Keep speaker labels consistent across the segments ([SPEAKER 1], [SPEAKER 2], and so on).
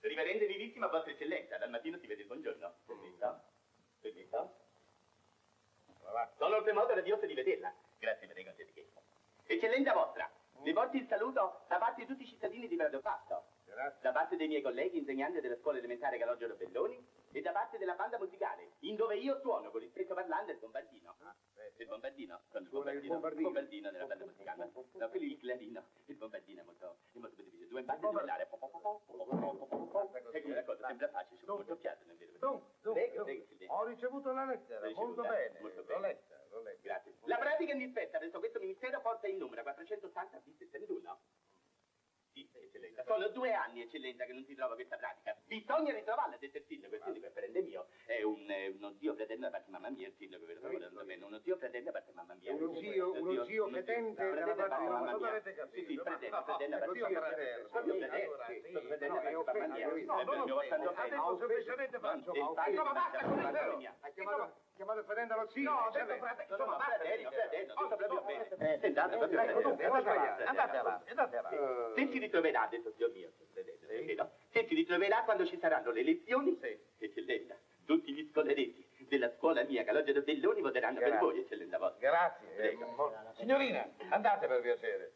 [SPEAKER 1] rendere vittima vostra eccellenza. Dal mattino si vede il buongiorno. Permetta? Permetta? Sono premoto da Dio di vederla. Grazie, prego, anche di che. Eccellenza vostra, vi porto il saluto da parte di tutti i cittadini di Pradopasto,
[SPEAKER 2] Grazie.
[SPEAKER 1] da parte dei miei colleghi insegnanti della scuola elementare Calogero Belloni e da parte della banda musicale, in dove io suono con il stretto parlante il bombardino. Il bombardino? Sono il
[SPEAKER 2] Ah, Suona il
[SPEAKER 1] bombardino.
[SPEAKER 2] bombardino.
[SPEAKER 1] bombardino della banda musicale. No, quello è il clarino. Il bombardino è molto, è molto difficile. Due in basso e due in là.
[SPEAKER 2] Ecco,
[SPEAKER 1] È come una cosa, sembra facile, c'è molto fiato, non è vero? Prego, prego, Silvia.
[SPEAKER 2] Ho ricevuto la lettera,
[SPEAKER 1] L'hai
[SPEAKER 2] molto
[SPEAKER 1] ricevuta?
[SPEAKER 2] bene.
[SPEAKER 1] Molto
[SPEAKER 2] L'ho
[SPEAKER 1] bene.
[SPEAKER 2] letta, l'ho letta.
[SPEAKER 1] Grazie. La pratica indispetta verso questo ministero porta il numero 480 bis 31. Sì, eccellenza. Sono due anni, eccellenza, che non si trova questa pratica. Bisogna ritrovarla, ha detto il sindaco. Il sindaco è parente mio. È un, eh, uno zio fratello da parte di mamma mia, il sindaco, per favore, non bene. Uno zio fratello da parte di mamma mia.
[SPEAKER 2] Uno zio- uno zio fedente
[SPEAKER 1] fratello
[SPEAKER 2] dalla parte di
[SPEAKER 1] mamma
[SPEAKER 2] mamma.
[SPEAKER 1] mia.
[SPEAKER 2] Avete capito?
[SPEAKER 1] Sì, sì,
[SPEAKER 2] Ma-
[SPEAKER 1] fratello,
[SPEAKER 2] no,
[SPEAKER 1] fratello da
[SPEAKER 2] no,
[SPEAKER 1] parte di
[SPEAKER 2] zio
[SPEAKER 1] mamma
[SPEAKER 2] fratello.
[SPEAKER 1] Proprio
[SPEAKER 2] Sì,
[SPEAKER 1] fratello,
[SPEAKER 2] allora,
[SPEAKER 1] sì,
[SPEAKER 2] sì.
[SPEAKER 1] proprio fratello da parte di
[SPEAKER 2] No, è
[SPEAKER 1] mamma mia.
[SPEAKER 2] offesa, no, non
[SPEAKER 1] Eh, mi
[SPEAKER 2] offesa.
[SPEAKER 1] portano bene.
[SPEAKER 2] Adesso semplicemente faccio-
[SPEAKER 1] Il padre-
[SPEAKER 2] No, ma basta con il
[SPEAKER 1] Mamma
[SPEAKER 2] zero.
[SPEAKER 1] mia.
[SPEAKER 2] Ha chiamato- chiamato il fedente allo zio.
[SPEAKER 3] No, ho
[SPEAKER 2] Cioè,
[SPEAKER 3] detto fratello.
[SPEAKER 1] No, no, ma fratello, fratello, tutto proprio bene.
[SPEAKER 2] Eh,
[SPEAKER 1] Sentate, proprio
[SPEAKER 2] ecco, dunque,
[SPEAKER 1] bene.
[SPEAKER 2] andate avanti, andate
[SPEAKER 1] Fratello.
[SPEAKER 2] avanti, andate avanti.
[SPEAKER 1] Se si ritroverà, ha detto Dio mio, credetelo, è vero, se si ritroverà quando ci saranno le elezioni, eccellenza, tutti gli scolaretti della scuola mia Calogero Belloni voteranno per
[SPEAKER 2] Grazie.
[SPEAKER 1] voi, eccellenza vostra.
[SPEAKER 2] Grazie.
[SPEAKER 1] Prego.
[SPEAKER 2] eh, mo- Signorina, andate per piacere.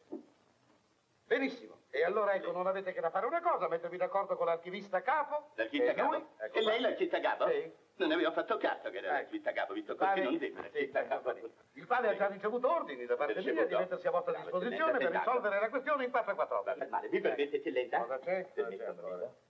[SPEAKER 2] Benissimo. E allora ecco, non avete che da fare una cosa, mettervi d'accordo con l'archivista capo.
[SPEAKER 1] L'archista
[SPEAKER 2] e
[SPEAKER 1] capo?
[SPEAKER 2] lui- ecco
[SPEAKER 1] e
[SPEAKER 2] qua.
[SPEAKER 1] lei l'archista capo?
[SPEAKER 2] Sì.
[SPEAKER 1] Non avevo fatto caso che era
[SPEAKER 2] Eh.
[SPEAKER 1] l'archista capo, visto così
[SPEAKER 2] Padre-
[SPEAKER 1] non sembra
[SPEAKER 2] Sì,
[SPEAKER 1] l'archista
[SPEAKER 2] ecco
[SPEAKER 1] capo.
[SPEAKER 2] qua. Il padre ha già ricevuto ordini da parte
[SPEAKER 1] Ricevuto.
[SPEAKER 2] mia di mettersi a vostra
[SPEAKER 1] Bravo,
[SPEAKER 2] disposizione per
[SPEAKER 1] eccellente,
[SPEAKER 2] risolvere la questione in 4 4
[SPEAKER 1] Va per male, mi permette, eccellenza?
[SPEAKER 2] Cosa c'è?
[SPEAKER 1] Permette,
[SPEAKER 2] Cosa c'è,
[SPEAKER 1] permette.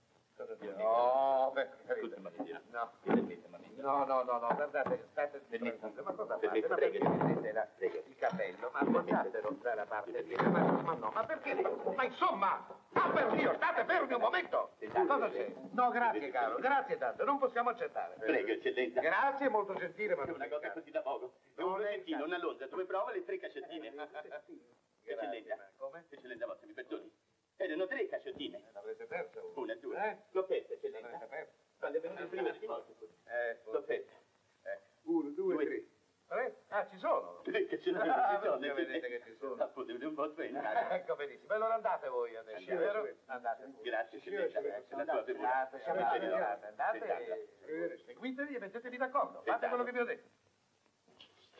[SPEAKER 2] No, per
[SPEAKER 1] Scusi,
[SPEAKER 2] carità.
[SPEAKER 1] mammina.
[SPEAKER 2] No.
[SPEAKER 1] Mi permette, mammina.
[SPEAKER 2] No, no, no, no, guardate, state
[SPEAKER 1] Permesso.
[SPEAKER 2] tranquilli. Ma cosa fate?
[SPEAKER 1] Permesso,
[SPEAKER 2] Ma
[SPEAKER 1] prego.
[SPEAKER 2] perché prendete la-
[SPEAKER 1] Prego.
[SPEAKER 2] il capello? Ma
[SPEAKER 1] Permesso.
[SPEAKER 2] guardatelo dalla parte lì. Ma, ma no, ma perché? Ma, ma insomma, ma per Dio, state fermi un momento.
[SPEAKER 1] Esatto.
[SPEAKER 2] Cosa c'è? No, grazie, caro, grazie tanto, non possiamo accettare.
[SPEAKER 1] Prego, eccellenza.
[SPEAKER 2] Grazie, molto gentile, ma
[SPEAKER 1] È una cosa così da poco. È un
[SPEAKER 2] Non è Eh.
[SPEAKER 1] brosentino,
[SPEAKER 2] cazzo.
[SPEAKER 1] una lonza, due provole e tre casciottine.
[SPEAKER 2] Grazie,
[SPEAKER 1] Eccellenza.
[SPEAKER 2] ma come?
[SPEAKER 1] Eccellenza vostra, mi perdoni. Erano tre casciottine.
[SPEAKER 2] L'avrete perso?
[SPEAKER 1] Una, due.
[SPEAKER 2] Eh?
[SPEAKER 1] L'ho persa,
[SPEAKER 2] L'avrete
[SPEAKER 1] eccellenza.
[SPEAKER 2] perso?
[SPEAKER 1] Quando è venuto il primo di morte.
[SPEAKER 2] Eh,
[SPEAKER 1] L'ho
[SPEAKER 2] forse.
[SPEAKER 1] persa.
[SPEAKER 2] Uno, due,
[SPEAKER 1] Eh. Due.
[SPEAKER 2] tre. Tre? Ah, ci sono.
[SPEAKER 1] Tre casciottine
[SPEAKER 2] Ah,
[SPEAKER 1] ci sono.
[SPEAKER 2] vedi, vedete che ci sono.
[SPEAKER 1] Ah, potete un po' sventare.
[SPEAKER 2] Ecco, benissimo. Allora andate voi adesso,
[SPEAKER 1] Andiamo.
[SPEAKER 2] vero? Andate.
[SPEAKER 1] Grazie, eccellenza.
[SPEAKER 2] Andate,
[SPEAKER 1] eh, La tua bevuta.
[SPEAKER 2] andate, andate, andate,
[SPEAKER 1] Esatto.
[SPEAKER 2] andate, e- seguiteli e mettetevi d'accordo. Fate
[SPEAKER 1] Esatto.
[SPEAKER 2] quello che vi ho detto.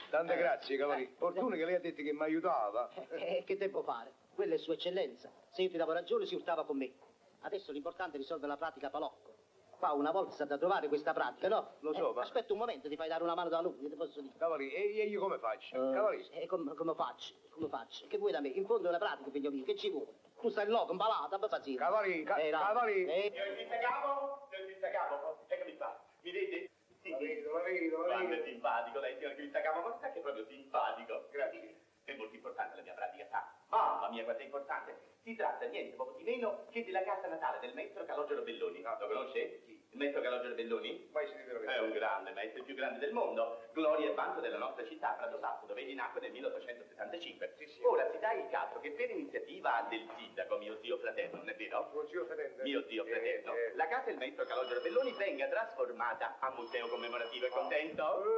[SPEAKER 4] Tante grazie, Cavalli. Fortuna che lei ha detto che mi aiutava.
[SPEAKER 5] E eh, che devo fare? Quella è sua eccellenza. Se io ti davo ragione si urtava con me. Adesso l'importante è risolvere la pratica palocco. Qua una volta sta da trovare questa pratica, no?
[SPEAKER 4] Lo so,
[SPEAKER 5] Eh,
[SPEAKER 4] ma-
[SPEAKER 5] Aspetta un momento, ti fai dare una mano da lui, ti posso dire.
[SPEAKER 4] Cavalli, e io come
[SPEAKER 1] Cioè,
[SPEAKER 4] faccio? Cavalli,
[SPEAKER 5] Eh, com- come faccio? Come faccio? Che vuoi da me? In fondo è una pratica, figlio mio, che ci vuole? Tu stai là, impalato, abba pazienza.
[SPEAKER 4] Cavoli, ca-
[SPEAKER 5] là.
[SPEAKER 4] cavoli.
[SPEAKER 5] Eh,
[SPEAKER 1] Signor Capo, signor Capo, eccomi qua. Mi vede?
[SPEAKER 2] Lo vedo, lo vedo, lo
[SPEAKER 1] Quanto è
[SPEAKER 2] vedo.
[SPEAKER 1] simpatico lei, signor Cristo Capo, ma sa che è proprio simpatico. Grazie. È molto importante la mia pratica, sa. Mamma mia, quanto è importante. Si tratta niente poco di meno che della casa natale del maestro Calogero Belloni. Lo conosce? Il maestro Calogero Belloni?
[SPEAKER 2] Poi ci rivedo.
[SPEAKER 1] È un grande maestro, il più grande del mondo, gloria e vanto della nostra città, Prado Sasso, dove egli nacque nel 1875. Ora si dà il caso che per iniziativa del sindaco, mio zio fratello, non è vero?
[SPEAKER 2] Buon zio Fedente.
[SPEAKER 1] Mio zio fratello,
[SPEAKER 2] Eh, eh.
[SPEAKER 1] la casa del maestro Calogero Belloni venga trasformata a museo commemorativo. È contento?
[SPEAKER 2] Eh,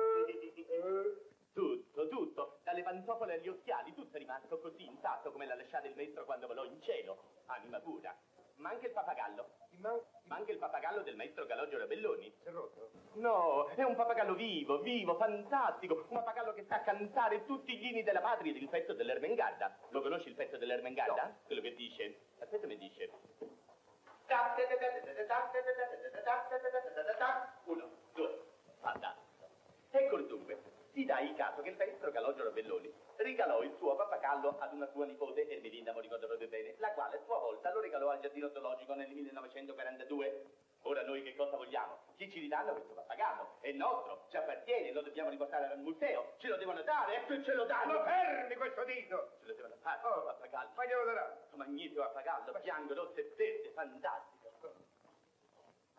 [SPEAKER 1] Tutto, tutto, dalle pantofole agli occhiali, tutto è rimasto così intatto come l'ha lasciata il maestro quando volò in cielo. Anima pura. Ma anche il papagallo.
[SPEAKER 2] Ti man-
[SPEAKER 1] Ma anche il papagallo del maestro Calogero Belloni.
[SPEAKER 2] C'è rotto?
[SPEAKER 1] No, è un papagallo vivo, vivo, fantastico. Un papagallo che sa cantare tutti gli inni della patria ed il pezzo dell'Ermengarda. Lo conosci il pezzo dell'Ermengarda? Quello che dice. Aspetta, mi dice. Uno, due, fantastico. Ecco dunque, si dà il caso che il maestro Calogero Belloni regalò il suo papagallo ad una sua nipote, Ermelinda, mi ricordo proprio bene, la quale a sua volta lo regalò al giardino zoologico nel 1942. Ora noi che cosa vogliamo? Chi ci ridanno questo papagallo? È nostro, ci appartiene, lo dobbiamo riportare al museo, ce lo devono dare, ecco ce lo danno!
[SPEAKER 2] Ma fermi questo dito!
[SPEAKER 1] Ce lo devono fare,
[SPEAKER 2] Oh.
[SPEAKER 1] papagallo!
[SPEAKER 2] Ma glielo darà.
[SPEAKER 1] Questo magnifico papagallo, bianco, rosso e verde, fantastico!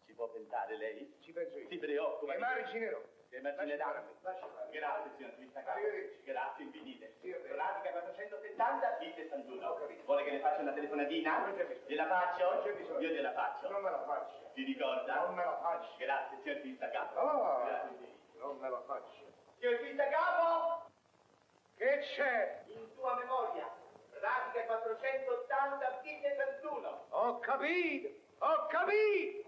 [SPEAKER 1] Ci può pensare lei?
[SPEAKER 2] Ci penso io.
[SPEAKER 1] Si preoccupa
[SPEAKER 2] E
[SPEAKER 1] di-
[SPEAKER 2] marginerò.
[SPEAKER 1] che immagineranno.
[SPEAKER 2] Lasci fare.
[SPEAKER 1] Grazie, signor Cristacapo.
[SPEAKER 2] Arrivederci.
[SPEAKER 1] Grazie infinite.
[SPEAKER 2] Sì, va bene.
[SPEAKER 1] Pratica 470, vite 61.
[SPEAKER 2] Ho capito.
[SPEAKER 1] Vuole che le faccia una telefonatina?
[SPEAKER 2] Non c'è bisogno.
[SPEAKER 1] Gliela faccio?
[SPEAKER 2] Non c'è bisogno.
[SPEAKER 1] Io gliela faccio.
[SPEAKER 2] Non me la faccio.
[SPEAKER 1] Ti ricorda?
[SPEAKER 2] Non me la faccio.
[SPEAKER 1] Grazie, signor Cristacapo.
[SPEAKER 2] Oh.
[SPEAKER 1] Grazie infinite.
[SPEAKER 2] Non me la faccio.
[SPEAKER 1] Signor Cristacapo,
[SPEAKER 2] Che c'è?
[SPEAKER 1] in sua memoria, pratica 480, vite 61.
[SPEAKER 2] Ho capito! Ho capito!